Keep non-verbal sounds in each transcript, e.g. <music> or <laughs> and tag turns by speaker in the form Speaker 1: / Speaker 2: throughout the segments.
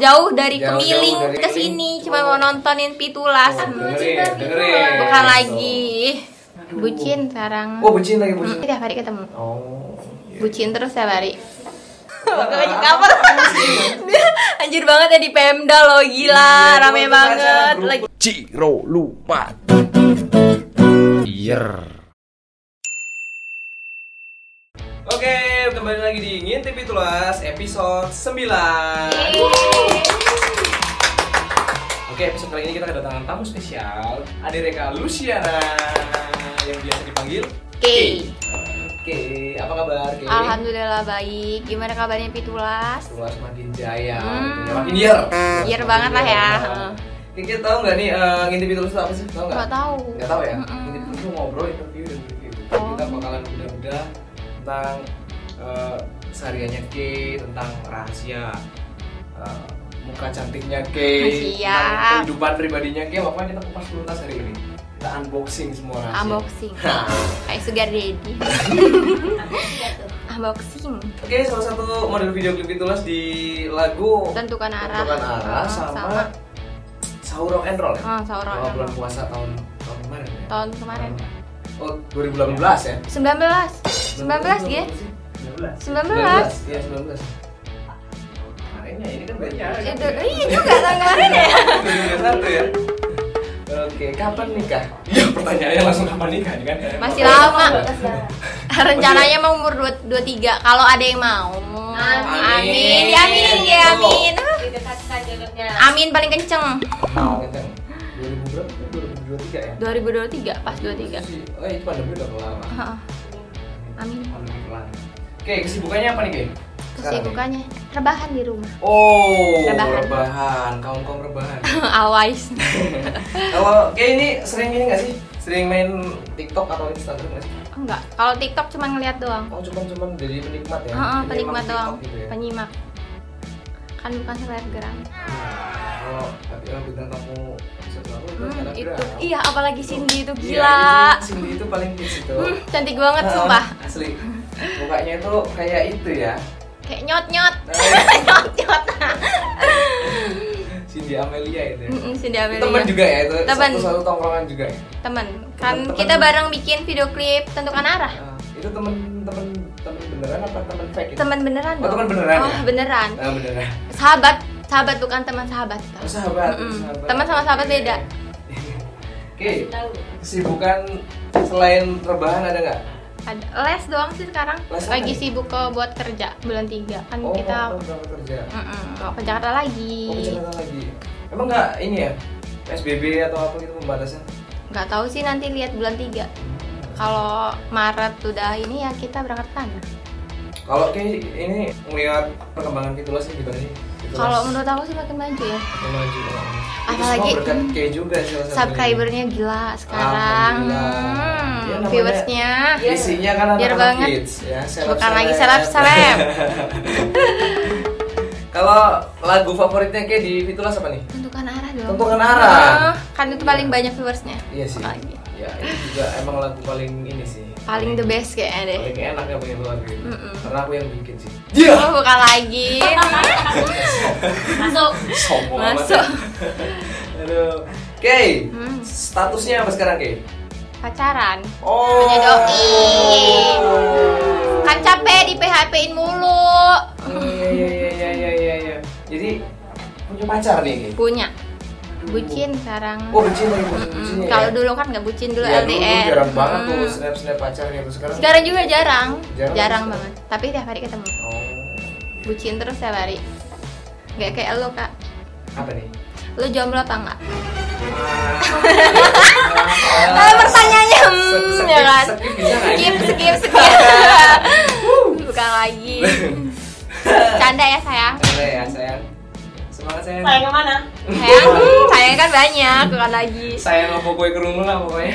Speaker 1: jauh dari
Speaker 2: Jauh-jauh
Speaker 1: kemiling
Speaker 2: dari Oh,
Speaker 1: ke sini cuma mau nontonin pitulas
Speaker 2: dengerin, dengerin.
Speaker 1: bukan lagi bucin sekarang
Speaker 2: Oh, bucin lagi bucin.
Speaker 1: tiap hari ketemu
Speaker 2: Oh. iya.
Speaker 1: bucin terus tiap
Speaker 2: <laughs>
Speaker 1: hari Makanya cover <laughs> Dia Anjir banget ya di Pemda loh Gila
Speaker 2: Iya,
Speaker 1: rame
Speaker 2: itu
Speaker 1: banget
Speaker 2: acara grup.
Speaker 1: Lagi
Speaker 2: Ciro lupa. Oke, kembali lagi di Ngintip Itulas episode 9. Oke, episode kali ini kita kedatangan tamu spesial, adik Reka Luciana yang biasa dipanggil
Speaker 1: Oke
Speaker 2: Oke, apa kabar? Kay?
Speaker 1: Alhamdulillah baik Gimana kabarnya Pitulas?
Speaker 2: Luas makin jaya, gitu ya.
Speaker 1: Hmm.
Speaker 2: makin year.
Speaker 1: Year banget lah ya.
Speaker 2: Kita tahu nggak nih eh, ngintip itu apa sih? Tahu nggak?
Speaker 1: Gak tahu
Speaker 2: Nggak tahu ya.
Speaker 1: Mm-mm.
Speaker 2: Ngintip itu ngobrol, interview, dan review.
Speaker 1: Oh.
Speaker 2: Kita bakalan udah-udah tentang eh, sehariannya K, tentang rahasia eh, muka cantiknya K,
Speaker 1: Rahasia.
Speaker 2: tentang kehidupan pribadinya K. Pokoknya kita kupas tuntas hari ini. Kita unboxing semua rahasia. <laughs> Nah.
Speaker 1: Unboxing Kayak sugar daddy Unboxing
Speaker 2: Oke, salah satu model video klip itu Las, di lagu
Speaker 1: Tentukan arah.
Speaker 2: Tentukan arah
Speaker 1: Ah,
Speaker 2: sama,
Speaker 1: sama.
Speaker 2: Sahur Rock and Roll ya?
Speaker 1: Ah, Sahur Rock
Speaker 2: Oh,
Speaker 1: and
Speaker 2: bulan
Speaker 1: Roll.
Speaker 2: puasa tahun tahun kemarin ya?
Speaker 1: Tahun kemarin.
Speaker 2: Oh, 2018 ya?
Speaker 1: 19 19 G
Speaker 2: 19
Speaker 1: 19
Speaker 2: Iya, 19 Kemarinnya, ini kan banyak kan?
Speaker 1: itu iya juga tahun kemarin ya
Speaker 2: 2021 ya? Oke, kapan nikah? Iya, pertanyaannya langsung kapan nikah nih kan?
Speaker 1: masih lama <laughs> rencananya mau umur dua- 23 kalau ada yang mau amin
Speaker 2: Amin.
Speaker 1: ya amin ya amin
Speaker 3: didekatkan jalurnya
Speaker 1: amin paling kenceng
Speaker 2: Mau. 2000 berapa? 2023 ya?
Speaker 1: 2023 pas 23
Speaker 2: Oh, itu pandemi udah lama.
Speaker 1: Heeh. amin
Speaker 2: Pandemi kelar. Oke, kesibukannya apa nih, Ge? Sekarang ya? nih?
Speaker 1: kesibukannya rebahan di <laughs> rumah
Speaker 2: Oh,
Speaker 1: Rebahan.
Speaker 2: rebahan, kaum-kaum rebahan.
Speaker 1: awais
Speaker 2: Kalau kayak ini sering ini nggak sih? Sering main TikTok atau Instagram nggak sih?
Speaker 1: <laughs> enggak kalau TikTok cuma ngeliat doang
Speaker 2: Oh, cuman cuman jadi penikmat ya?
Speaker 1: Heeh,
Speaker 2: Jadi
Speaker 1: penikmat
Speaker 2: emang
Speaker 1: doang
Speaker 2: TikTok gitu ya?
Speaker 1: penyimak kan bukan selebgram
Speaker 2: Nah, Kalau tapi kalau bintang tamu selalu itu
Speaker 1: Hmm,
Speaker 2: Instagram.
Speaker 1: itu iya apalagi Cindy itu
Speaker 2: Iya,
Speaker 1: gila
Speaker 2: itu Cindy itu paling hits itu.
Speaker 1: Hmm, cantik banget
Speaker 2: Heeh,
Speaker 1: sumpah
Speaker 2: <laughs> Asli. Mukanya itu kayak itu
Speaker 1: <laughs>
Speaker 2: ya.
Speaker 1: kayak nyot nyot
Speaker 2: Nah,
Speaker 1: <laughs> nyot nyot
Speaker 2: Cindy Amelia itu. Ya.
Speaker 1: Cindy
Speaker 2: Itu
Speaker 1: Amelia
Speaker 2: Teman juga ya itu.
Speaker 1: Teman.
Speaker 2: Satu satu tongkrongan juga ya.
Speaker 1: Temen. kan
Speaker 2: Temen-temen.
Speaker 1: kita bareng bikin video klip tentukan arah
Speaker 2: Ah, itu temen temen temen beneran apa temen fake? Itu?
Speaker 1: teman beneran
Speaker 2: Oh,
Speaker 1: dong
Speaker 2: teman beneran
Speaker 1: oh
Speaker 2: ya?
Speaker 1: beneran
Speaker 2: Ah, beneran.
Speaker 1: sahabat sahabat bukan teman sahabat
Speaker 2: Oh, sahabat,
Speaker 1: Mm-mm.
Speaker 2: sahabat.
Speaker 1: Teman sama sahabat beda.
Speaker 2: <laughs> Oke,
Speaker 3: tahu
Speaker 2: kesibukan selain rebahan ada nggak?
Speaker 1: Ada les doang sih sekarang
Speaker 2: Les apa
Speaker 1: lagi
Speaker 2: nih?
Speaker 1: sibuk ke buat kerja bulan 3 kan
Speaker 2: Oh,
Speaker 1: kita
Speaker 2: mau berangkat kerja.
Speaker 1: Mm-mm, mau ke Jakarta lagi
Speaker 2: Oh, bicara lagi. Emang nggak ini ya? PSBB atau apa gitu pembatasan?
Speaker 1: nggak tahu sih nanti lihat bulan 3 kalau Maret udah ini ya kita berangkat ke sana
Speaker 2: Kalau kayak ini ngelihat perkembangan Fitulas nih gimana nih? Fitulas
Speaker 1: kalau menurut aku sih makin maju ya
Speaker 2: maju. Itu
Speaker 1: Apalagi-
Speaker 2: semua berkat kayak juga sih salah satunya.
Speaker 1: subscribernya gila sekarang
Speaker 2: Alhamdulillah.
Speaker 1: Hmm,
Speaker 2: Ya, namanya-
Speaker 1: viewersnya
Speaker 2: Isinya kan
Speaker 1: Iya. Biar
Speaker 2: anak-anak
Speaker 1: banget.
Speaker 2: kids ya, seleb-seleb.
Speaker 1: bukan lagi seleb seleb
Speaker 2: <laughs> Kalau lagu favoritnya kayak di Fitulas apa nih?
Speaker 1: tentukan arah dong
Speaker 2: Tentukan arah.
Speaker 1: Ah, kan itu paling banyak viewersnya Oh,
Speaker 2: Iya sih.
Speaker 1: Apalagi?
Speaker 2: Ya, ini juga emang lagu paling ini sih.
Speaker 1: paling the best kayaknya deh
Speaker 2: Paling enak ya punya lagu ini.
Speaker 1: Mm-mm.
Speaker 2: Karena aku yang bikin sih.
Speaker 1: oh bukan lagi
Speaker 3: masuk
Speaker 2: <laughs> Sombong amat. ya.
Speaker 1: Masuk.
Speaker 2: <laughs> Aduh. Kay,
Speaker 1: Hmm.
Speaker 2: statusnya apa sekarang Kay?
Speaker 1: pacaran
Speaker 2: Oh.
Speaker 1: Punya doi. kan capek di PHP in mulu
Speaker 2: Iya iya iya iya iya iya. Jadi punya pacar nih Kay.
Speaker 1: punya bucin sekarang
Speaker 2: Oh, bucin lagi bucin
Speaker 1: Mm-mm.
Speaker 2: bucinnya ya?
Speaker 1: kalau dulu kan nggak bucin dulu
Speaker 2: Iya,
Speaker 1: LDR
Speaker 2: tuh jarang banget tuh
Speaker 1: Hmm.
Speaker 2: snap snap pacarnya tuh sekarang.
Speaker 1: sekarang juga jarang
Speaker 2: Jarang.
Speaker 1: jarang, banget tapi tiap hari ketemu
Speaker 2: Oh.
Speaker 1: bucin terus tiap hari nggak kayak lo kak
Speaker 2: Apa
Speaker 1: <laughs>
Speaker 2: nih?
Speaker 1: lo jomblo apa enggak?
Speaker 2: Ah.
Speaker 1: Eh, pertanyaannya
Speaker 2: Skip,
Speaker 1: hmm,
Speaker 2: skip,
Speaker 1: ya kan?
Speaker 2: skip bisa nggak
Speaker 1: Skip,
Speaker 2: ini? <laughs>
Speaker 1: skip, skip. Bukan lagi. Canda ya sayang.
Speaker 2: Boleh ya sayang. Semangat sayang.
Speaker 3: saya kemana
Speaker 1: Sayang, hmm, sayang kan banyak. Bukan lagi.
Speaker 2: Sayang apa gue ke rumah lah pokoknya.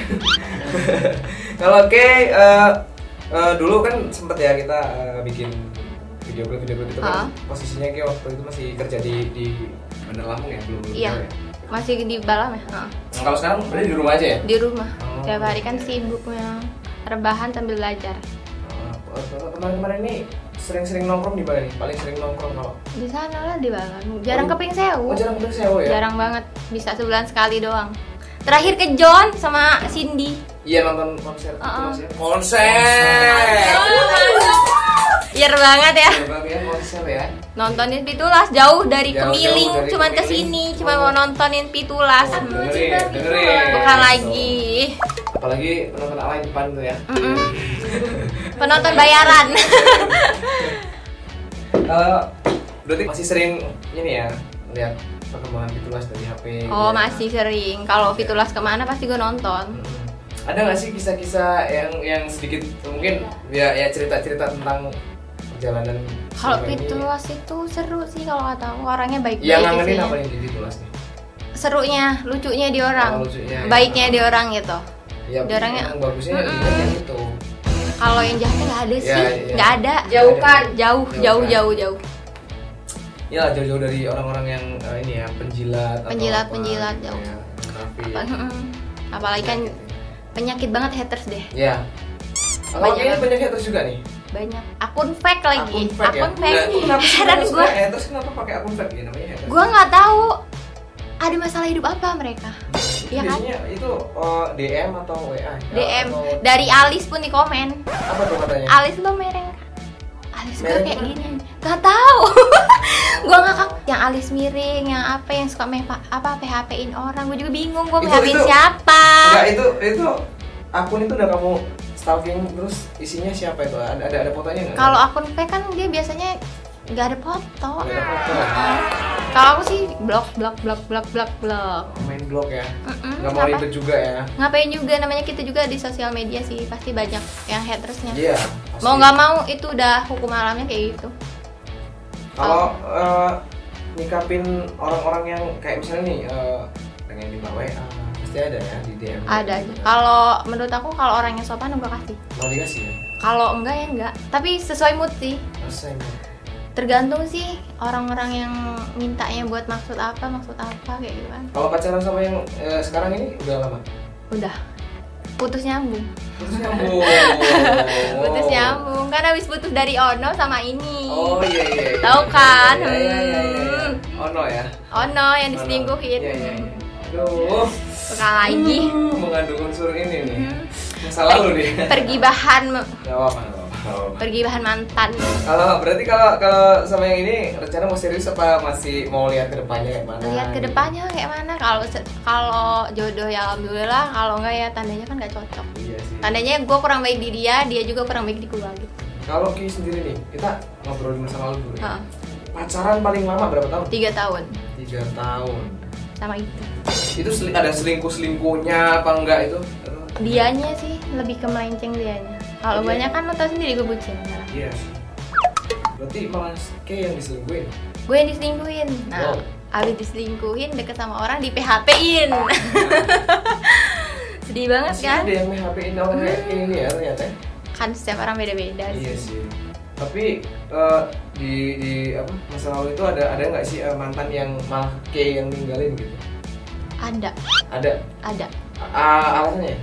Speaker 2: <laughs> Kalau oke eh, eh, dulu kan sempet ya kita eh, bikin video klip video klip itu kan
Speaker 1: Ah.
Speaker 2: posisinya kayak waktu itu masih kerja di di Bandar Lampung ya belum belum
Speaker 1: Iya.
Speaker 2: tahu ya.
Speaker 1: Masih di balam ya? Heeh.
Speaker 2: Nah, kalau sekarang berarti di rumah aja ya.
Speaker 1: Di rumah.
Speaker 2: Oh.
Speaker 1: Tiap hari kan sibuknya rebahan ya. sambil belajar.
Speaker 2: Oh, kemarin-kemarin Nah, ini sering-sering nongkrong di mana nih? Paling sering nongkrong kalau
Speaker 1: Di sana lah di Balangu. Jarang
Speaker 2: Oh.
Speaker 1: ke Pink Sewu.
Speaker 2: Oh jarang bener sewa ya?
Speaker 1: Jarang banget. Bisa sebulan sekali doang. Terakhir ke John sama Cindy.
Speaker 2: Iya nonton konser gitu
Speaker 1: Uh-uh.
Speaker 2: maksudnya. Konser.
Speaker 1: Biar banget ya.
Speaker 2: Iya, Bang, ya, konser ya.
Speaker 1: Nontonin Pitulas jauh dari
Speaker 2: Jauh-jauh
Speaker 1: Kemiling,
Speaker 2: dari
Speaker 1: cuman ke
Speaker 2: Kemiling.
Speaker 1: sini, cuman mau nontonin Pitulas. Hmm.
Speaker 2: Dengerin, dengerin.
Speaker 1: Bukan lagi
Speaker 2: Apalagi penonton ala depan tuh ya.
Speaker 1: Mm-mm. penonton bayaran. <laughs>
Speaker 2: Eh, berarti masih sering ini ya lihat perkembangan Fitulas dari HP.
Speaker 1: Oh
Speaker 2: gitu ya.
Speaker 1: masih sering. Kalau Fitulas kemana pasti gue nonton.
Speaker 2: Mm-mm. Ada nggak sih kisah-kisah yang yang sedikit mungkin ya ya cerita-cerita tentang perjalanan
Speaker 1: Kalau
Speaker 2: selama ini?
Speaker 1: Fitulas itu seru sih kalau kata aku. orangnya
Speaker 2: yang
Speaker 1: baik-baik gitu
Speaker 2: ngangenin
Speaker 1: isinya.
Speaker 2: apa yang di Fitulas nih?
Speaker 1: Serunya, lucunya di orang,
Speaker 2: Oh, lucunya, ya.
Speaker 1: baiknya di orang gitu.
Speaker 2: Ya,
Speaker 1: Di orangnya-
Speaker 2: yang bagusnya
Speaker 1: Mm-mm.
Speaker 2: ya, yang itu.
Speaker 1: Kalau yang jahatnya nggak ada
Speaker 2: Ya,
Speaker 1: sih,
Speaker 2: ya.
Speaker 1: nggak ada.
Speaker 2: Jauhkan.
Speaker 1: jauh, jauh,
Speaker 2: Jauhkan.
Speaker 1: jauh, jauh.
Speaker 2: Ya lah, jauh-jauh dari orang-orang yang eh, ini ya penjilat atau
Speaker 1: Penjilat,
Speaker 2: apa
Speaker 1: penjilat,
Speaker 2: gitu
Speaker 1: jauh.
Speaker 2: ya, munafik.
Speaker 1: Apa- mm-mm. Apalagi kan penyakit banget haters deh,
Speaker 2: Ya. Kalau
Speaker 1: Banyak.
Speaker 2: kayaknya banyak haters juga nih.
Speaker 1: banyak. Akun fake lagi,
Speaker 2: Akun fake ya. Nah, itu kenapa sih
Speaker 1: <laughs> Heran
Speaker 2: haters?
Speaker 1: gue,
Speaker 2: Nah, Haters kenapa pakai akun fake ya namanya haters?
Speaker 1: gue nggak tahu ada masalah hidup apa mereka. Iya kan?
Speaker 2: Biasanya itu eh, DM atau WA?
Speaker 1: DM
Speaker 2: Atau-
Speaker 1: dari Alis pun di komen.
Speaker 2: apa tuh katanya?
Speaker 1: Alis lo mereng Alis gue
Speaker 2: Ya. Mereng
Speaker 1: kayak
Speaker 2: gimana?
Speaker 1: gini Gak <laughs> tau Gue ngakak Yang alis miring Yang apa yang suka me- apa PHP-in orang Gue juga bingung Gue
Speaker 2: Itu-
Speaker 1: PHP-in
Speaker 2: itu-
Speaker 1: siapa
Speaker 2: Enggak itu itu akun itu udah kamu stalking terus isinya siapa itu? Ada ada, ada fotonya nggak?
Speaker 1: Kalau akun fake kan dia biasanya Gak ada foto
Speaker 2: Nggak ada foto.
Speaker 1: Kalau aku sih blok blok blok blok blok blok
Speaker 2: main blog ya.
Speaker 1: Mm-mm,
Speaker 2: Nggak mau
Speaker 1: kenapa?
Speaker 2: ribet juga ya.
Speaker 1: Ngapain juga namanya kita juga di sosial media sih Pasti banyak yang hatersnya
Speaker 2: Iya. pasti.
Speaker 1: Mau nggak mau itu udah hukum alamnya kayak gitu
Speaker 2: Kalau eh, nyikapin orang-orang yang kayak misalnya nih eh, pengen di WA pasti ada ya di Nah, DM.
Speaker 1: Ada aja Kalau menurut aku kalau orangnya sopan gue kasih
Speaker 2: Mau dikasih ya?
Speaker 1: Kalau enggak ya enggak, tapi sesuai mood sih.
Speaker 2: Masa ini?
Speaker 1: Tergantung sih orang-orang yang mintanya buat maksud apa, maksud apa kayak gitu kan.
Speaker 2: Kalau pacaran sama yang eh, sekarang ini udah lama?
Speaker 1: Udah putus nyambung.
Speaker 2: Putus nyambung.
Speaker 1: <laughs> Putus nyambung. Kan habis putus dari Ono sama ini.
Speaker 2: Oh iya iya. iya.
Speaker 1: Tahu kan? Hmm.
Speaker 2: Iya iya iya. iya. Oh no ya.
Speaker 1: Ono yang
Speaker 2: Ono.
Speaker 1: diselingkuhin.
Speaker 2: Iya iya. iya. Aduh.
Speaker 1: Suka lagi.
Speaker 2: Hmm, Mengandung unsur ini nih.
Speaker 1: Hmm.
Speaker 2: Masa lalu nih.
Speaker 1: Pergi bahan
Speaker 2: Gak apa-apa. nggak apa-apa, nggak apa-apa.
Speaker 1: pergi bahan mantan.
Speaker 2: Kalau berarti kalau kalau sama yang ini rencana mau serius apa masih mau lihat ke depannya kayak mana?
Speaker 1: Lihat ke depannya kayak mana kalau se- kalau jodoh ya alhamdulillah, kalau enggak ya tandanya kan nggak cocok.
Speaker 2: Iya sih.
Speaker 1: Tandanya gue kurang baik di dia, dia juga kurang baik di gue gitu.
Speaker 2: Kalau Ki sendiri nih, kita ngobrol di masa lalu dulu ya.
Speaker 1: Heeh.
Speaker 2: Pacaran paling lama berapa tahun?
Speaker 1: tiga tahun
Speaker 2: Tiga tahun.
Speaker 1: sama itu
Speaker 2: Itu seli- ada selingkuh selingkuhnya apa enggak itu?
Speaker 1: dianya sih lebih ke melenceng dianya kalau
Speaker 2: Iya.
Speaker 1: banyak kan lo tau sendiri gue bucin nah,
Speaker 2: Iya. sih. Berarti malah Ki yang
Speaker 1: <laughs>
Speaker 2: diselingkuhin.
Speaker 1: gue yang diselingkuhin nah
Speaker 2: Wow.
Speaker 1: abis diselingkuhin deket sama orang di PHP in <laughs> Kan? sedih banget
Speaker 2: Masih
Speaker 1: kan
Speaker 2: Ada yang PHP-in orang kayak ini ya ternyata. ya.
Speaker 1: kan setiap orang beda-beda
Speaker 2: Iya
Speaker 1: sih
Speaker 2: sih. Tapi eh, di di apa masa lalu itu ada ada nggak sih eh, mantan yang malah Ki yang ninggalin gitu?
Speaker 1: ada
Speaker 2: Ada.
Speaker 1: ada
Speaker 2: A- a- alasannya?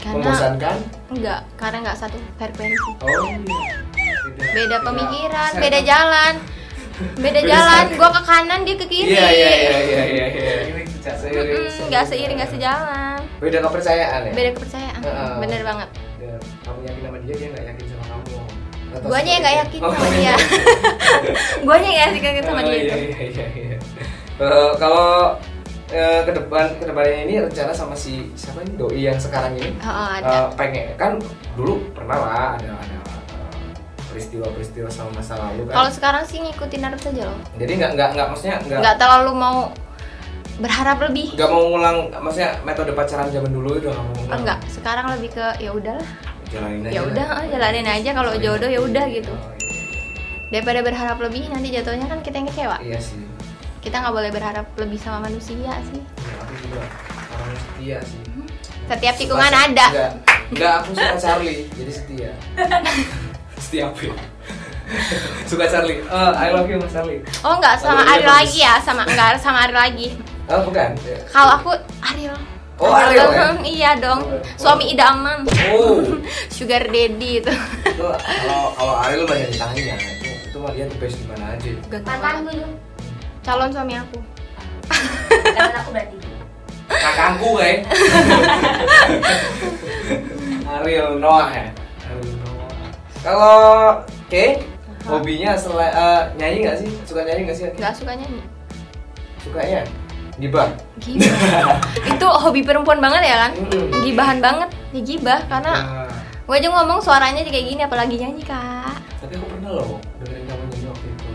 Speaker 1: Karena-
Speaker 2: Membosankan?
Speaker 1: enggak karena enggak satu frekuensi
Speaker 2: Oh iya. Beda,
Speaker 1: beda pemikiran
Speaker 2: Saya-
Speaker 1: beda jalan beda
Speaker 2: Iya. Beda
Speaker 1: jalan
Speaker 2: circle.
Speaker 1: gue ke kanan dia ke kiri
Speaker 2: Iya iya iya iya iya. iya. Seiring,
Speaker 1: Mm-mm, nggak seiring nggak sejalan
Speaker 2: Beda kepercayaan ya.
Speaker 1: beda kepercayaan
Speaker 2: Heeh.
Speaker 1: bener banget
Speaker 2: Ya, Kamu yakin sama dia dia nggak yakin sama kamu. Atau
Speaker 1: guanya yang nggak
Speaker 2: seperti
Speaker 1: yakin
Speaker 2: itu.
Speaker 1: sama
Speaker 2: Oh, <laughs>
Speaker 1: dia guanya yang nggak yakin sama
Speaker 2: Oh,
Speaker 1: dia
Speaker 2: Iya
Speaker 1: itu
Speaker 2: iya iya. iya. Eh, kalau eh, ke depan ke depannya ini rencana sama si siapa ini doi yang sekarang ini
Speaker 1: Heeh, Oh, ada
Speaker 2: Eh, pengen kan dulu pernah lah ada ada eh, peristiwa-peristiwa sama masa lalu kan.
Speaker 1: kalau sekarang sih ngikutin arus aja loh
Speaker 2: Jadi nggak nggak nggak maksudnya nggak
Speaker 1: nggak terlalu mau berharap lebih
Speaker 2: nggak mau ngulang maksudnya metode pacaran zaman dulu itu nggak mau ngulang.
Speaker 1: Oh, enggak sekarang lebih ke ya udahlah
Speaker 2: Jalanin aja.
Speaker 1: ya udah ah, jalanin aja kalau
Speaker 2: Jalanin.
Speaker 1: jodoh ya udah gitu
Speaker 2: Oh,
Speaker 1: daripada berharap lebih nanti jatuhnya kan kita yang kecewa
Speaker 2: iya. iya sih.
Speaker 1: kita nggak boleh berharap lebih sama manusia sih
Speaker 2: Ya, aku juga orang setia sih.
Speaker 1: setiap Eh, tikungan
Speaker 2: Suka-
Speaker 1: ada
Speaker 2: Nggak, nggak, aku suka Charlie, jadi setia. <laughs> setia apa ya? suka Charlie. Eh, I love you Mas Charlie.
Speaker 1: oh nggak sama
Speaker 2: Lagunya
Speaker 1: Ariel
Speaker 2: bagus.
Speaker 1: lagi ya sama nggak sama Ariel lagi
Speaker 2: Oh, bukan.
Speaker 1: kalau aku Ariel
Speaker 2: Oh,
Speaker 1: Ada
Speaker 2: Ariel ya?
Speaker 1: dong, iya dong. Suami idaman.
Speaker 2: Oh.
Speaker 1: Sugar daddy itu.
Speaker 2: itu kalau kalau Ariel banyak ditanya itu, itu mah dia the best di mana aja
Speaker 1: Gak tau lah.
Speaker 3: mantan gue dulu
Speaker 1: Calon suami aku.
Speaker 3: karena aku berarti
Speaker 2: kakangku <laughs> kayak Ariel Noah ya Ariel Noah kalau oke hobinya selain eh, nyanyi nggak sih suka nyanyi nggak sih Aki?
Speaker 1: Gak suka nyanyi.
Speaker 2: sukanya gibah
Speaker 1: Gibah. <laughs> itu hobi perempuan banget ya kan?
Speaker 2: Mm.
Speaker 1: Gibahan banget. Ya gibah karena
Speaker 2: <laughs> Nah,
Speaker 1: gue aja ngomong suaranya kayak gini apalagi nyanyi, Kak.
Speaker 2: tapi aku pernah loh dengerin kamu nyanyi waktu itu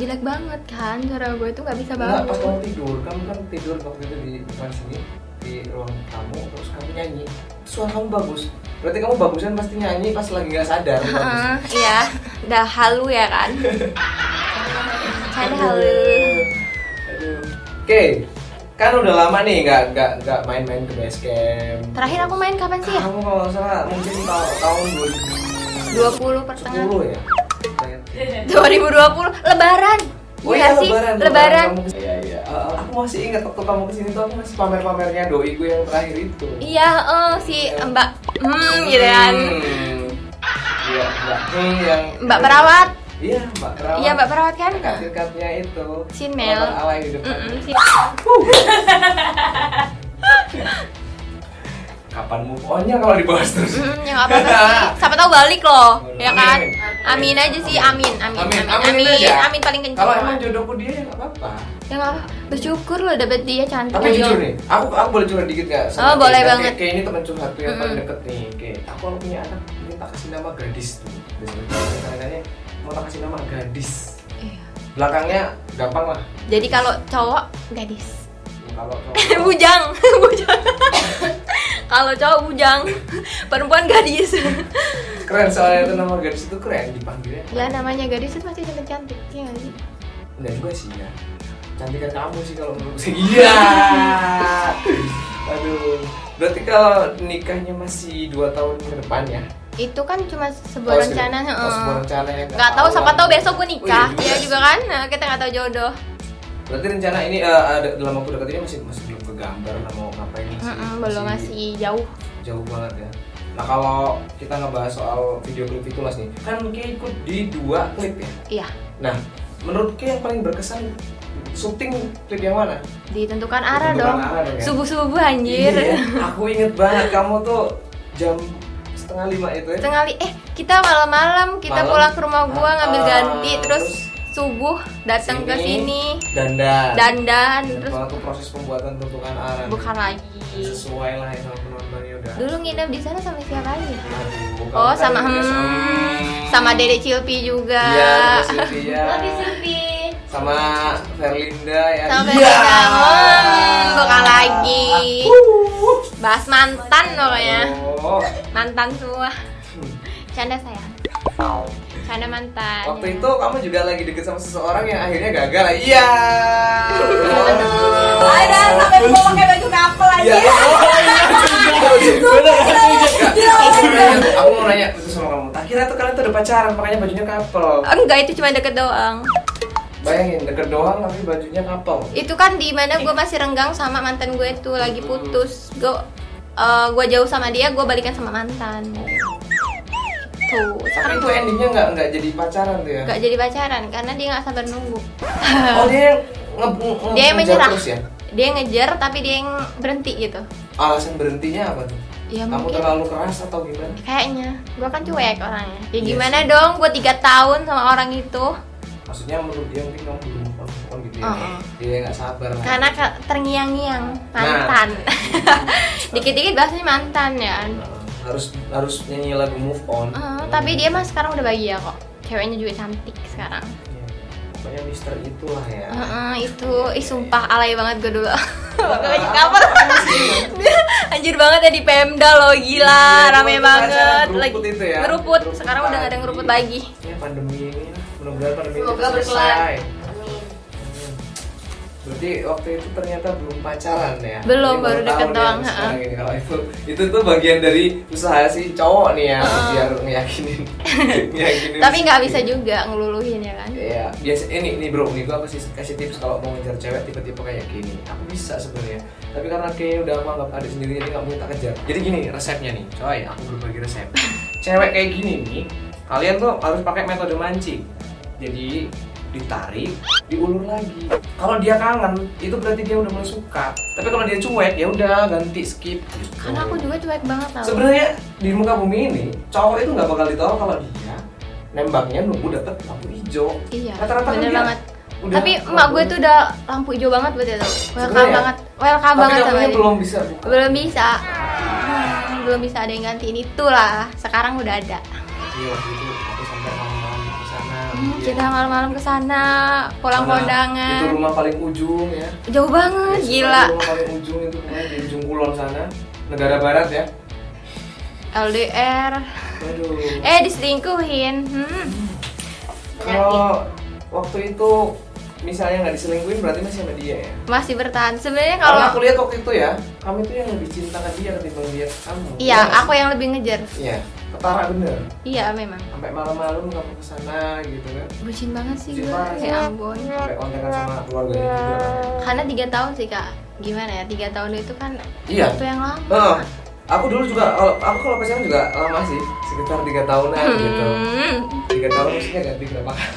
Speaker 1: Jelek banget kan suara gue itu nggak bisa
Speaker 2: Enggak, pas kamu
Speaker 1: banget.
Speaker 2: tidur, kamu kan tidur waktu itu di depan sini di ruang kamu, terus kamu nyanyi, suara kamu bagus. Berarti kamu bagusan pasti nyanyi pas lagi nggak sadar. bagus.
Speaker 1: Heeh, Iya, udah halu ya kan? Ada halu.
Speaker 2: Aduh. Oke, kan udah lama nih nggak nggak nggak main-main ke base camp.
Speaker 1: Terakhir aku main kapan sih ya?
Speaker 2: Kamu kalau nggak salah mungkin tahun tahun
Speaker 1: 20 pertengahan
Speaker 2: 2010 ya. gitu.
Speaker 1: 2020 lebaran.
Speaker 2: Oh
Speaker 1: Iya
Speaker 2: iya,
Speaker 1: sih,
Speaker 2: lebaran,
Speaker 1: lebaran.
Speaker 2: kamu kesini. Iya, iya. Uh, aku masih ingat waktu kamu kesini tuh aku masih pamer-pamernya doi gue yang terakhir itu.
Speaker 1: Iya, eh, si Mbak hmm gitu kan.
Speaker 2: Hmm. Iya, Mbak hmm, yang
Speaker 1: Mbak perawat.
Speaker 2: Iya, Mbak perawat.
Speaker 1: Iya, Mbak perawat kan?
Speaker 2: Kakak-kakaknya itu.
Speaker 1: Si Mel.
Speaker 2: Mata Alay di depan.
Speaker 1: Mm-mm, si-
Speaker 2: Kapan move on-nya kalau dibahas terus?
Speaker 1: Mm, ya nggak apa-apa
Speaker 2: <laughs>
Speaker 1: sih. Siapa tahu balik loh,
Speaker 2: Amin.
Speaker 1: ya kan? Amin aja sih, amin, amin, amin, amin,
Speaker 2: itu
Speaker 1: amin,
Speaker 2: aja.
Speaker 1: paling
Speaker 2: Kalau emang
Speaker 1: kencang.
Speaker 2: jodohku dia ya nggak apa-apa.
Speaker 1: Ya nggak apa, bersyukur loh dapet dia cantik.
Speaker 2: Tapi jujur nih, aku aku boleh curhat dikit nggak? sama
Speaker 1: Oh, boleh
Speaker 2: Kayak-
Speaker 1: banget.
Speaker 2: Kayak ini teman curhatku yang paling
Speaker 1: Mm-mm.
Speaker 2: deket nih. Kayak aku kalau punya anak, ini tak kasih nama gadis tuh. Biasanya kalau anaknya mau tak kasih nama gadis.
Speaker 1: Iya.
Speaker 2: Belakangnya gampang lah.
Speaker 1: Jadi kalau cowok gadis,
Speaker 2: Kalau cowok-
Speaker 1: <laughs> bujang, bujang. kalau cowok bujang, perempuan gadis.
Speaker 2: keren soalnya itu nama gadis itu keren dipanggilnya
Speaker 1: Lah nah. namanya gadis itu pasti cantik cantik ya nggak sih?
Speaker 2: Enggak juga sih ya Cantikan kamu sih kalau menurut saya
Speaker 1: <laughs>
Speaker 2: Iya Aduh Berarti kalau nikahnya masih 2 tahun ke depan ya
Speaker 1: Itu kan cuma sebuah
Speaker 2: Kalau
Speaker 1: rencana.
Speaker 2: sih-
Speaker 1: heeh.
Speaker 2: kalau sebuah rencana ya
Speaker 1: Nggak tahu siapa tahu besok gue
Speaker 2: Oh, iya
Speaker 1: nikah. ya
Speaker 2: sih.
Speaker 1: juga kan? Nah, kita nggak tahu jodoh.
Speaker 2: Berarti rencana ini eh, ada dalam waktu dekat ini masih masih belum kegambar lah mau ngapain sih
Speaker 1: Heeh, belum masih jauh.
Speaker 2: jauh banget ya Nah kalau kita ngebahas soal video klip itu Mas, nih Kan Ki ikut di dua klip ya
Speaker 1: Iya,
Speaker 2: Nah menurut Ki yang paling berkesan syuting klip yang mana?
Speaker 1: ditentukan arah
Speaker 2: Ditentukan
Speaker 1: dong.
Speaker 2: arah dong, ya.
Speaker 1: Subuh-subuh anjir.
Speaker 2: Iya, aku inget banget kamu tuh jam setengah lima itu ya.
Speaker 1: Setengah li- eh kita malam-malam kita
Speaker 2: Malam.
Speaker 1: pulang ke rumah gua ngambil
Speaker 2: Ah,
Speaker 1: ganti terus
Speaker 2: terus
Speaker 1: subuh datang ke sini
Speaker 2: Dandan.
Speaker 1: dandan terus
Speaker 2: Kalau tuh proses pembuatan tentukan arah.
Speaker 1: bukan lagi.
Speaker 2: Sesuai lah ya sama penontonnya udah.
Speaker 1: Dulu nginep di sana sama siapa aja?
Speaker 2: Aduh, kamu
Speaker 1: Oh
Speaker 2: kan
Speaker 1: sama
Speaker 2: udah
Speaker 1: hmm, sama Dede Cilpi juga.
Speaker 2: Iya, terus Sylvia.
Speaker 3: tapi Silvi
Speaker 2: sama Verlinda ya.
Speaker 1: Sama
Speaker 2: Iya.
Speaker 1: Verlinda. Hmm, bukan lagi. ya.
Speaker 2: Aku.
Speaker 1: Bahas mantan pokoknya.
Speaker 2: Oh.
Speaker 1: Mantan semua. Canda sayang. Canda mantan.
Speaker 2: Waktu itu kamu juga lagi deket sama seseorang yang akhirnya gagal. Iya.
Speaker 4: Ada sampai gua pakai baju kapel
Speaker 2: Iya.
Speaker 1: ya?
Speaker 4: aja.
Speaker 1: <laughs>
Speaker 2: Bener kan? Iya. Aku mau nanya- Aku mau nanya itu sama kamu. Tak kira tuh kalian tuh udah pacaran makanya bajunya couple.
Speaker 1: Enggak itu cuma deket doang.
Speaker 2: Bayangin deket doang tapi bajunya couple.
Speaker 1: Itu kan di mana gue masih renggang sama mantan gue tuh lagi putus. Gue eh, gue jauh sama dia, gue balikan sama mantan. Tuh,
Speaker 2: Tapi
Speaker 1: sekarang
Speaker 2: itu endingnya nggak nggak jadi pacaran tuh ya?
Speaker 1: gak jadi pacaran karena dia nggak sabar nunggu.
Speaker 2: Oh dia nge- nge- nge-
Speaker 1: Dia yang
Speaker 2: ngejar
Speaker 1: menyerah.
Speaker 2: terus ya?
Speaker 1: Dia ngejar tapi dia yang berhenti gitu.
Speaker 2: Alasan berhentinya apa tuh?
Speaker 1: Ya,
Speaker 2: kamu
Speaker 1: mungkin.
Speaker 2: terlalu keras atau gimana?
Speaker 1: Kayaknya, gue kan cuek orangnya Ya
Speaker 2: Iya
Speaker 1: gimana
Speaker 2: sih.
Speaker 1: dong, gue tiga tahun sama orang itu
Speaker 2: Maksudnya menurut dia mungkin kamu belum move on gitu ya?
Speaker 1: Heeh.
Speaker 2: Dia nggak sabar lah.
Speaker 1: Uh-uh. Karena ke- terngiang-ngiang,
Speaker 2: Nah.
Speaker 1: mantan <laughs> Dikit-dikit bahasnya mantan ya kan
Speaker 2: Heeh. <laughs> harus harus nyanyi lagu move on.
Speaker 1: Eh, Tapi dia mah sekarang udah bahagia kok Ceweknya juga cantik sekarang
Speaker 2: Iya. Pokoknya Mister itulah ya.
Speaker 1: Eh, eh, Itu, ih sumpah alay banget gue dulu <laughs> Makanya kapan Dia Anjir banget ya di Pemda loh, gila
Speaker 2: Iya,
Speaker 1: Rame
Speaker 2: itu acara
Speaker 1: banget
Speaker 2: geruput itu ya. Iya.
Speaker 1: Ngeruput,
Speaker 2: Geruput
Speaker 1: sekarang udah gak ada
Speaker 2: pagi.
Speaker 1: ngeruput lagi
Speaker 2: Ya pandemi ini lah, mudah-mudahan pandemi ini
Speaker 3: Semoga
Speaker 2: selesai.
Speaker 3: berkelar. amin
Speaker 2: Berarti waktu itu ternyata belum pacaran ya?
Speaker 1: Belum,
Speaker 2: Lima
Speaker 1: baru
Speaker 2: tahun
Speaker 1: deket
Speaker 2: ya,
Speaker 1: doang,
Speaker 2: terus
Speaker 1: ha-ha.
Speaker 2: sekarang ini. Kalau itu, itu tuh bagian dari usaha si cowok nih ya
Speaker 1: Heeh.
Speaker 2: Biar ngeyakinin,
Speaker 1: <laughs>
Speaker 2: ngeyakinin
Speaker 1: Tapi nggak bisa
Speaker 2: juga
Speaker 1: juga ngeluluhin ya kan.
Speaker 2: Iya, biasa ini nih bro, nih gua kasih kasih tips kalau mau ngejar cewek tipe-tipe kayak gini. Aku bisa sebenarnya. Tapi karena kayak udah menganggap ada sendiri jadi nggak mungkin tak kejar. Jadi gini resepnya nih, coy, aku berbagi
Speaker 1: <laughs>
Speaker 2: resep. cewek kayak gini nih, kalian tuh harus pakai metode mancing. Jadi ditarik, diulur lagi. Kalau dia kangen, itu berarti dia udah mulai suka. Tapi kalau dia cuek, ya udah ganti skip. gitu.
Speaker 1: Karena aku juga cuek banget tau.
Speaker 2: Sebenarnya di muka bumi ini cowok itu nggak bakal ditolak kalau dia nembaknya nunggu dapet lampu hijau.
Speaker 1: Iya,
Speaker 2: Rata-rata kan
Speaker 1: bener
Speaker 2: dia
Speaker 1: banget.
Speaker 2: udah
Speaker 1: Tapi
Speaker 2: lampu-
Speaker 1: emak gue tuh udah lampu hijau banget buat itu. Welcome
Speaker 2: Sebenarnya? ya?
Speaker 1: banget. Welcome
Speaker 2: Tapi
Speaker 1: banget sama
Speaker 2: lampunya
Speaker 1: dia.
Speaker 2: belum bisa buka.
Speaker 1: Belum bisa. Hmm, belum bisa ada yang gantiin itulah. Sekarang udah ada.
Speaker 2: Iya waktu itu aku sampai malam-malam ke sana.
Speaker 1: Hmm,
Speaker 2: Iya.
Speaker 1: kita malam-malam ke sana, pulang
Speaker 2: Karena Itu
Speaker 1: kondangan.
Speaker 2: rumah paling ujung ya.
Speaker 1: Jauh banget,
Speaker 2: Iya,
Speaker 1: gila.
Speaker 2: Rumah paling ujung itu rumahnya di ujung kulon sana, negara barat ya.
Speaker 1: LDR.
Speaker 2: Aduh.
Speaker 1: Eh, diselingkuhin. Hmm.
Speaker 2: Kalau waktu itu misalnya nggak diselingkuhin berarti masih sama dia ya.
Speaker 1: Masih bertahan. Sebenarnya
Speaker 2: Karena aku
Speaker 1: kalau
Speaker 2: lihat waktu itu ya, kamu itu yang lebih cinta ke dia ketimbang dia ke kamu.
Speaker 1: iya,
Speaker 2: nggak
Speaker 1: aku
Speaker 2: sih?
Speaker 1: yang lebih ngejar.
Speaker 2: Iya, ketara bener.
Speaker 1: Iya, memang.
Speaker 2: Sampai malam-malam kamu ke sana gitu kan.
Speaker 1: Bucin banget sih
Speaker 2: Bucin
Speaker 1: gue.
Speaker 2: banget sih.
Speaker 1: Ya ampun.
Speaker 2: Sampai kontekan sama keluarganya juga. kan.
Speaker 1: karena tiga tahun sih kak gimana ya tiga tahun itu kan
Speaker 2: Iya.
Speaker 1: waktu yang lama
Speaker 2: Heeh. aku dulu juga kalau aku kalau pacaran juga lama sih sekitar tiga tahunan gitu
Speaker 1: Hmm,
Speaker 2: tiga tahun maksudnya ganti berapa kali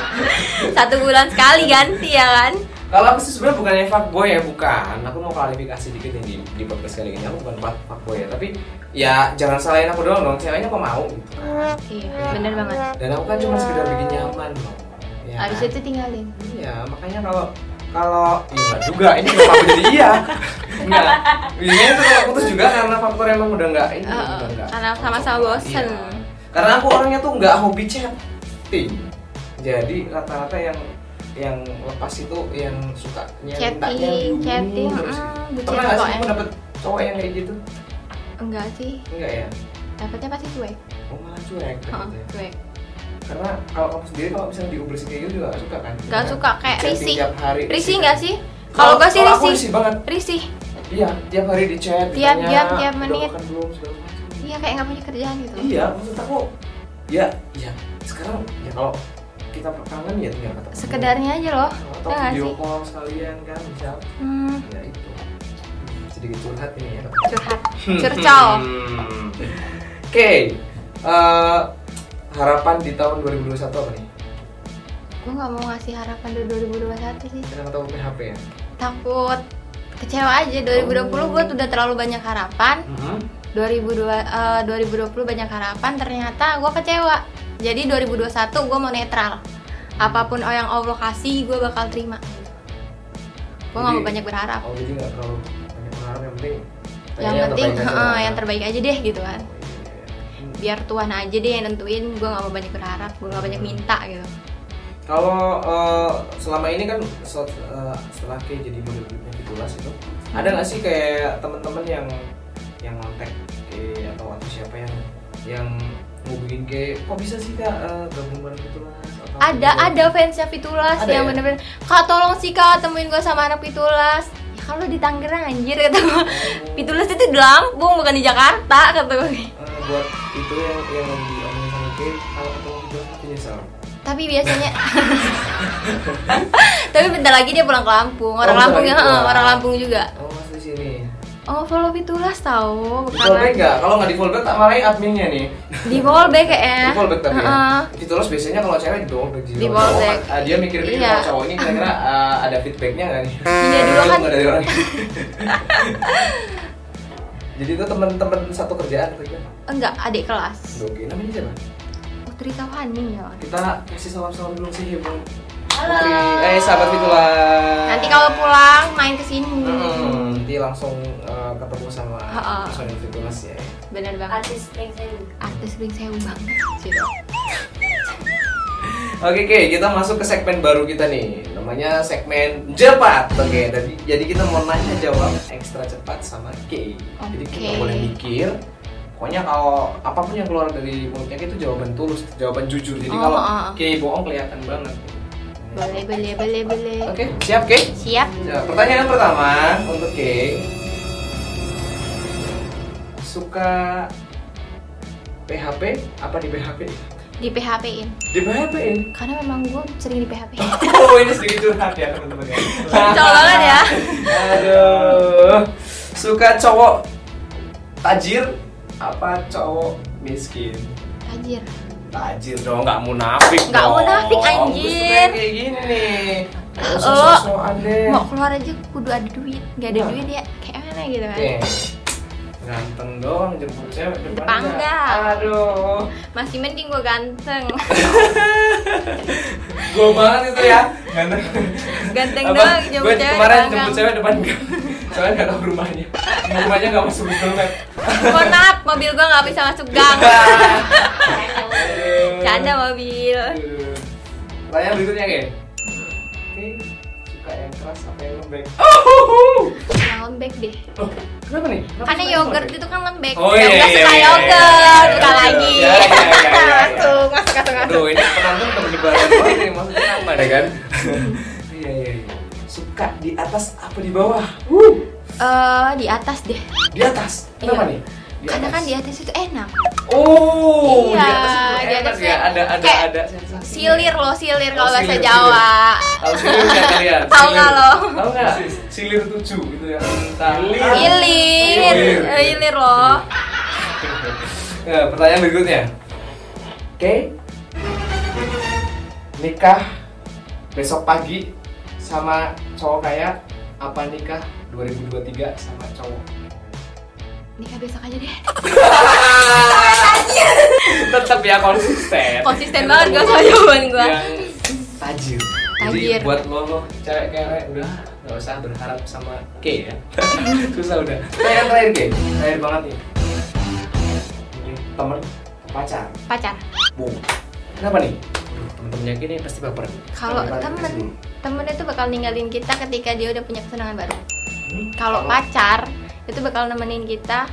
Speaker 2: <laughs>
Speaker 1: satu bulan sekali ganti ya kan
Speaker 2: kalau aku sih sebenarnya bukannya fuckboy ya bukan aku mau klarifikasi dikit nih di, di podcast kali ini aku bukan fuck- fuckboy ya tapi ya jangan salahin aku doang dong ceweknya kok mau gitu kan
Speaker 1: iya bener banget
Speaker 2: dan aku kan cuma sekedar bikin nyaman loh ya
Speaker 1: abis
Speaker 2: kan?
Speaker 1: itu tinggalin
Speaker 2: Iya, makanya kalau kalau iya juga ini kenapa aku jadi iya? Enggak. Biasanya itu kalau putus juga karena faktor emang udah enggak ini,
Speaker 1: Oh,
Speaker 2: udah enggak.
Speaker 1: karena sama-sama bosen.
Speaker 2: Iya. Karena aku orangnya tuh enggak hobi chatting. Jadi rata-rata yang yang lepas itu yang sukanya
Speaker 1: Chatting,
Speaker 2: mintanya dihubungin
Speaker 1: chatting,
Speaker 2: terus.
Speaker 1: mm, bucin
Speaker 2: Pernah nggak sih
Speaker 1: pokoknya.
Speaker 2: kamu dapet cowok yang kayak gitu?
Speaker 1: enggak sih
Speaker 2: Enggak ya?
Speaker 1: dapetnya pasti cuek
Speaker 2: Oh malah cuek
Speaker 1: Heeh,
Speaker 2: gitu ya.
Speaker 1: cuek
Speaker 2: Karena kalau kamu sendiri kalau misalnya diublesin kayak gitu juga nggak suka kan?
Speaker 1: Nggak
Speaker 2: Karena
Speaker 1: suka, kayak
Speaker 2: chatting
Speaker 1: risih.
Speaker 2: tiap hari.
Speaker 1: risih nggak sih kalau gua sih
Speaker 2: Kalau aku
Speaker 1: risih
Speaker 2: risih banget.
Speaker 1: risih
Speaker 2: Iya, tiap hari di chat.
Speaker 1: Tiap
Speaker 2: ditanya,
Speaker 1: jam, tiap
Speaker 2: "Udah
Speaker 1: menit."
Speaker 2: makan belum, segala macam.
Speaker 1: iya kayak nggak punya kerjaan gitu
Speaker 2: Iya, maksud aku ya, ya sekarang ya kalau kita kangen ya tinggal ketemu.
Speaker 1: sekedarnya aja loh
Speaker 2: atau
Speaker 1: ya nggak
Speaker 2: video
Speaker 1: sih
Speaker 2: call sekalian kan bisa.
Speaker 1: hmm,
Speaker 2: Ya itu. Hmm, Sedikit curhat ini ya.
Speaker 1: curhat curcol
Speaker 2: Hmm. Oke. eh, harapan di tahun 2021 apa nih?
Speaker 1: gua nggak mau ngasih harapan dari 2021 sih
Speaker 2: Kita ketemu PHP ya.
Speaker 1: takut kecewa aja 2020 gua tuh udah terlalu banyak harapan 2002, eh, 2020 banyak harapan ternyata gue kecewa jadi 2021 gue mau netral apapun yang Allah kasih gue bakal terima gue nggak mau
Speaker 2: Jadi-
Speaker 1: banyak berharap
Speaker 2: Oh, jadi nggak terlalu banyak berharap yang penting.
Speaker 1: yang
Speaker 2: pengennya
Speaker 1: penting
Speaker 2: terbaik aja
Speaker 1: eh,
Speaker 2: lah.
Speaker 1: yang terbaik aja deh gitu kan
Speaker 2: Hmm.
Speaker 1: biar Tuhan aja deh yang nentuin gue nggak mau banyak berharap gue nggak banyak minta gitu
Speaker 2: Kalau eh, selama ini kan se- eh, setelah kayak jadi model klipnya Fitulas itu, ada nggak sih kayak teman-teman yang yang kontak kayak atau atau siapa yang yang ngubungin kayak kok bisa sih kak eh, gabungan Fitulas? Atau
Speaker 1: ada
Speaker 2: gabungan-
Speaker 1: ada fansnya Fitulas
Speaker 2: Oh, iya. Ada
Speaker 1: yang
Speaker 2: ya?
Speaker 1: bener-bener kak tolong sih kak temuin gue sama anak Fitulas ya kalau di Tangerang anjir kata
Speaker 2: Oh.
Speaker 1: gue Fitulas itu di Lampung bukan di Jakarta kata gue
Speaker 2: Eh, buat itu yang yang diomongin sama Kay, kalau ketemu Fitulas pasti nyesel.
Speaker 1: tapi biasanya <laughs> tapi bentar lagi dia pulang ke Lampung orang
Speaker 2: Oh,
Speaker 1: Lampung
Speaker 2: bentar
Speaker 1: ya
Speaker 2: lagi
Speaker 1: heeh,
Speaker 2: pulang.
Speaker 1: orang Lampung juga
Speaker 2: Oh mas di sini.
Speaker 1: oh follow Fitulas tahu
Speaker 2: Di fallback
Speaker 1: bakalan
Speaker 2: nggak? Kalau nggak di fallback tak marahin adminnya nih.
Speaker 1: di fallback
Speaker 2: <laughs>
Speaker 1: kayaknya
Speaker 2: Di fallback tapi ya.
Speaker 1: Iya. Heeh.
Speaker 2: Fitulas biasanya kalau cewek di fallback sih.
Speaker 1: Di
Speaker 2: Kalau cowok,
Speaker 1: fallback.
Speaker 2: ah, dia mikir-mikir
Speaker 1: Iya.
Speaker 2: kalau cowok ini
Speaker 1: <laughs>
Speaker 2: kira-kira ah, ada feedbacknya nggak nih?
Speaker 1: Iya, dulu kan-
Speaker 2: Nggak dari orang.
Speaker 1: <laughs>
Speaker 2: Jadi itu teman-teman satu kerjaan atau gimana?
Speaker 1: enggak adik kelas Oh,
Speaker 2: Dogi namanya siapa?
Speaker 1: Putri Tawani ya
Speaker 2: Kita kasih salam-salam dulu sih ya Bang.
Speaker 3: Halo.
Speaker 2: Putri. Eh sahabat Fitulas.
Speaker 1: nanti kalau pulang main kesini
Speaker 2: Hmm, nanti langsung eh, ketemu sama
Speaker 1: Ha-ha.
Speaker 2: personil Fitulas ya.
Speaker 1: bener banget
Speaker 3: Artis Spring Sewu.
Speaker 1: artis ring sewu banget sih dok.
Speaker 2: Oke, oke, kita masuk ke segmen baru kita nih. Namanya segmen cepat. Oke, jadi jadi kita mau nanya jawab ekstra cepat sama K. Jadi kita
Speaker 1: Oke.
Speaker 2: boleh mikir. Pokoknya kalau apapun yang keluar dari mulutnya K itu jawaban tulus, jawaban jujur. Jadi
Speaker 1: Oh,
Speaker 2: kalau
Speaker 1: oh, oh.
Speaker 2: K bohong kelihatan banget. Nah,
Speaker 1: Boleh, boleh, boleh, boleh.
Speaker 2: Oke, siap Kay?
Speaker 1: Siap.
Speaker 2: Ya, pertanyaan yang pertama untuk Kay. Suka PHP apa di PHP?
Speaker 1: Di PHP-in.
Speaker 2: Di PHP in.
Speaker 1: Karena memang gue sering di PHP.
Speaker 2: Oh ini sedikit curhat ya teman-teman ya.
Speaker 1: Cowok banget ya.
Speaker 2: Aduh. Suka cowok tajir apa cowok miskin?
Speaker 1: Anjir.
Speaker 2: Tajir dong, nggak munafik
Speaker 1: Nggak
Speaker 2: dong.
Speaker 1: munafik, anjir.
Speaker 2: Terus kayak kayak gini nih. Nggak usah
Speaker 1: Oh.
Speaker 2: sok-sokan deh.
Speaker 1: Mau keluar aja kudu ada duit. Gak ada
Speaker 2: Nah.
Speaker 1: duit ya kayak mana gitu kan.
Speaker 2: Oke. Ganteng doang jemput cewek depan
Speaker 1: Depan nggak.
Speaker 2: Aduh.
Speaker 1: Masih mending gue ganteng. <laughs>
Speaker 2: Gue banget itu ya. Ganteng.
Speaker 1: Ganteng doang jemput
Speaker 2: Gue
Speaker 1: cewek
Speaker 2: kemarin
Speaker 1: depan
Speaker 2: jemput
Speaker 1: gang.
Speaker 2: cewek depan gang. Soalnya nggak tahu rumahnya. Rumahnya nggak masuk Google Map.
Speaker 1: Mohon maaf, mobil gue nggak bisa masuk gang. Canda mobil.
Speaker 2: Aduh. Pertanyaan berikutnya kayak. Oke. Suka yang keras apa yang lembek?
Speaker 1: Nah, lembek deh.
Speaker 2: Loh, Kenapa nih? Kenapa
Speaker 1: Karena
Speaker 2: suka yang
Speaker 1: yogurt
Speaker 2: lembek?
Speaker 1: itu kan lembek.
Speaker 2: Oh,
Speaker 1: ya
Speaker 2: iya,
Speaker 1: udah
Speaker 2: iya,
Speaker 1: suka
Speaker 2: iya,
Speaker 1: yogurt,
Speaker 2: iya,
Speaker 1: suka
Speaker 2: iya,
Speaker 1: lagi.
Speaker 2: iya, iya, iya, iya, iya.
Speaker 1: Masuk, masuk, masuk, masuk.
Speaker 2: Aduh, ini penonton berdebaran banget nih, maksudnya apa deh kan? <laughs> Iya, iya, iya. Suka di atas apa di bawah? Wuh,
Speaker 1: Eh, di atas deh.
Speaker 2: di atas. Kenapa
Speaker 1: Iya.
Speaker 2: nih?
Speaker 1: Karena
Speaker 2: atas.
Speaker 1: kan di atas itu enak.
Speaker 2: Oh,
Speaker 1: Iya,
Speaker 2: di atas
Speaker 1: di atas
Speaker 2: itu enak ya.
Speaker 1: tuh
Speaker 2: Ada ada
Speaker 1: kayak
Speaker 2: ada sensasi.
Speaker 1: Silir loh, silir
Speaker 2: Oh,
Speaker 1: kalau bahasa
Speaker 2: silir,
Speaker 1: Jawa.
Speaker 2: Tahu silir nggak kalian?
Speaker 1: Tahu
Speaker 2: Silir.
Speaker 1: nggak lo?
Speaker 2: <laughs> Tahu nggak? Silir tujuh gitu ya. Silir. oh, iya.
Speaker 1: Ilir, eh, ilir loh.
Speaker 2: Ya, pertanyaan berikutnya. Oke. Nikah besok pagi sama cowok kaya apa nikah 2023 sama cowok?
Speaker 1: Nikah besok aja deh.
Speaker 2: Tetap ya konsisten.
Speaker 1: <laughs> Konsisten banget gak sama jawaban gue.
Speaker 2: Yang tajir.
Speaker 1: Tajir.
Speaker 2: Jadi buat lo lo cewek kere udah nggak usah berharap sama K ya. <laughs> Susah udah. Pertanyaan terakhir K. Terakhir banget nih. Temen pacar.
Speaker 1: Pacar.
Speaker 2: Bu, kenapa nih? Aduh, Temen-temennya gini pasti baper.
Speaker 1: Kalau
Speaker 2: Kita balik ke sini.
Speaker 1: temen, temen itu bakal ninggalin kita ketika dia udah punya kesenangan baru.
Speaker 2: Hmm,
Speaker 1: Kalau pacar itu bakal nemenin kita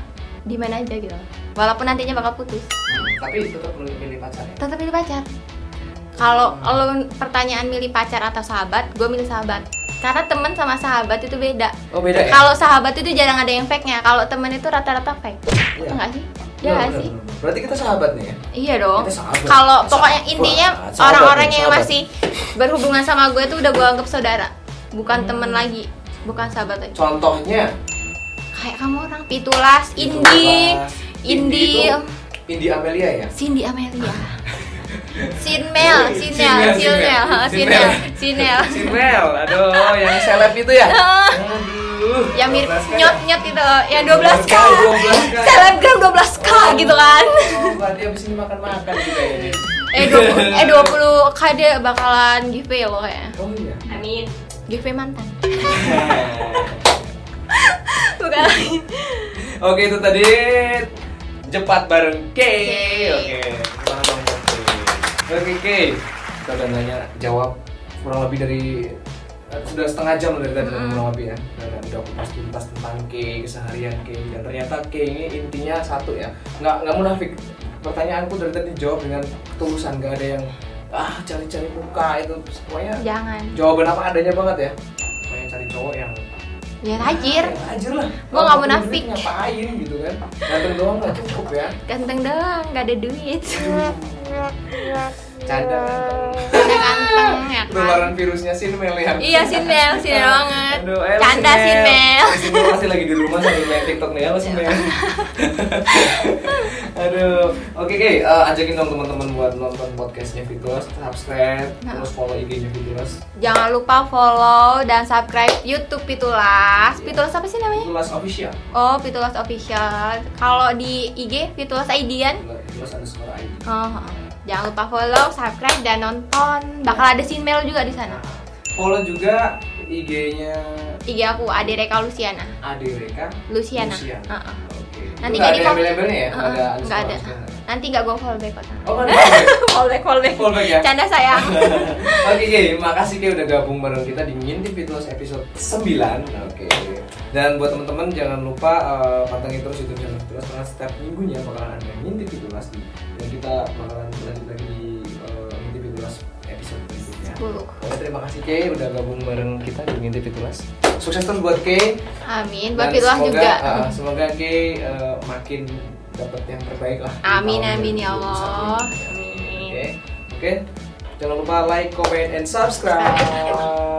Speaker 1: di mana aja gitu. Walaupun nantinya bakal putus,
Speaker 2: hmm, tapi tetap milih milih pacarnya.
Speaker 1: tetap milih pacar. Kalau lo pertanyaan milih pacar atau sahabat, gue milih sahabat. Karena temen sama sahabat itu beda.
Speaker 2: Oh beda ya?
Speaker 1: Kalau sahabat itu jarang ada yang fake-nya. Kalau temen itu rata-rata fake.
Speaker 2: Iya.
Speaker 1: Enggak sih?
Speaker 2: Benar,
Speaker 1: Ya nggak
Speaker 2: benar,
Speaker 1: sih?
Speaker 2: benar. Berarti kita sahabat nih ya?
Speaker 1: Iya dong.
Speaker 2: Kita sahabat.
Speaker 1: Kalau
Speaker 2: Kita
Speaker 1: pokoknya
Speaker 2: sahabat.
Speaker 1: intinya
Speaker 2: Wah, sahabat
Speaker 1: orang-orang
Speaker 2: nih,
Speaker 1: yang
Speaker 2: sahabat.
Speaker 1: masih berhubungan sama gue itu udah gue anggap saudara,
Speaker 2: Hmm.
Speaker 1: bukan temen lagi, bukan sahabat lagi.
Speaker 2: Contohnya
Speaker 1: Kayak kamu orang pitulas,
Speaker 2: Itu
Speaker 1: Indi,
Speaker 2: kelas.
Speaker 1: Indi,
Speaker 2: itu Indi Amelia ya?
Speaker 1: Cindy Amelia. Sinmel,
Speaker 2: Wih,
Speaker 1: Sinel, Sinel, ha, <laughs> Sinel, Sinel.
Speaker 2: Sinel, aduh yang seleb itu
Speaker 1: <laughs>
Speaker 2: ya? Aduh
Speaker 1: Yang mirip
Speaker 2: 12K ya?
Speaker 1: nyot-nyot gitu, ya 12 k
Speaker 2: 12K.
Speaker 1: Selebgram 12 k gitu kan.
Speaker 2: Oh, berarti abis ini makan-makan kita ini
Speaker 1: Eh 20, <laughs> eh 20 k dia bakalan giveaway loh ya.
Speaker 2: Oh iya
Speaker 3: Amin.
Speaker 1: Giveaway mantan. <laughs>
Speaker 2: Iya.
Speaker 1: Bukan lagi.
Speaker 2: Oke itu tadi Jepat bareng K Oke Terima kasih. Oke K Kita udah nanya jawab kurang lebih dari eh, sudah setengah jam dari tadi
Speaker 1: Mm-mm.
Speaker 2: kurang lebih ya dan udah kupas tuntas tentang K keseharian K dan ternyata K ini intinya satu ya nggak nggak munafik pertanyaanku dari tadi dijawab dengan ketulusan nggak ada yang ah cari-cari muka itu semuanya
Speaker 1: Jangan.
Speaker 2: jawaban apa adanya banget ya pokoknya cari cowok yang
Speaker 1: Ya tajir,
Speaker 2: Ya, tajir lah
Speaker 1: Gua nggak munafik.
Speaker 2: Duit ngapain gitu kan ganteng doang nggak cukup ya
Speaker 1: ganteng doang, gak ada <laughs> duit.
Speaker 2: canda ganteng
Speaker 1: Ada ganteng ya kan.
Speaker 2: penularan virusnya sih Mel ya
Speaker 1: Iya Sinmel, Sinmel banget.
Speaker 2: Aduh, eh, lu
Speaker 1: Canda Sinmel.
Speaker 2: Lu Sinmel masih lagi di rumah sambil main TikTok nih ya lu Sinmel.
Speaker 1: Iya.
Speaker 2: <laughs> Aduh, oke oke, eh, ajakin dong teman-teman buat nonton podcastnya Fitulas, subscribe,
Speaker 1: Nah.
Speaker 2: terus follow IG-nya Fitulas,
Speaker 1: Jangan lupa follow dan subscribe YouTube Pitulas. Pitulas apa sih namanya?
Speaker 2: Fitulas official,
Speaker 1: Oh, Pitulas Official. Kalau di IG Pitulas Aidian.
Speaker 2: Fitulas underscore ID.
Speaker 1: Oh, jangan lupa follow, subscribe dan nonton. Bakal ada Sinmel juga di sana.
Speaker 2: Nah, Follow juga IG-nya
Speaker 1: IG aku Adireka Luciana.
Speaker 2: Ade Reka.
Speaker 1: Luciana.
Speaker 2: Lucian.
Speaker 1: Heeh.
Speaker 2: Oke.
Speaker 1: Nanti
Speaker 2: Nggak
Speaker 1: jadi
Speaker 2: ada
Speaker 1: kalau-
Speaker 2: label-labelnya ya? Nggak ada
Speaker 1: Heeh, nggak ada.
Speaker 2: underscore, underscore.
Speaker 1: Nanti nggak gue follow back kok.
Speaker 2: Oh, nggak ada.
Speaker 1: <laughs> Follow back, follow back.
Speaker 2: Follow back ya?
Speaker 1: Canda
Speaker 2: <laughs>
Speaker 1: sayang.
Speaker 2: Oke, Ki, makasih Ki udah gabung bareng kita di Ngintip Fitulas episode 9. Oke. Dan buat teman-teman jangan lupa eh, pantengin terus YouTube channel Fitulas karena setiap minggunya bakalan ada Ngintip Fitulas dan kita bakalan lanjut lagi di eh, Ngintip Fitulas episode berikutnya.
Speaker 1: 10
Speaker 2: Oke, terima kasih Kay udah gabung bareng kita di Ngintip Fitulas. Sukses terus buat Kay.
Speaker 1: Amin,
Speaker 2: Dan
Speaker 1: buat Fitulah
Speaker 2: semoga,
Speaker 1: juga.
Speaker 2: uh, semoga Kay uh, makin dapat yang terbaik lah. di
Speaker 1: Amin,
Speaker 2: tahun
Speaker 1: amin, ya
Speaker 2: 2021 ini.
Speaker 1: Allah.
Speaker 2: Oke. Oke. Jangan lupa like, comment, and subscribe.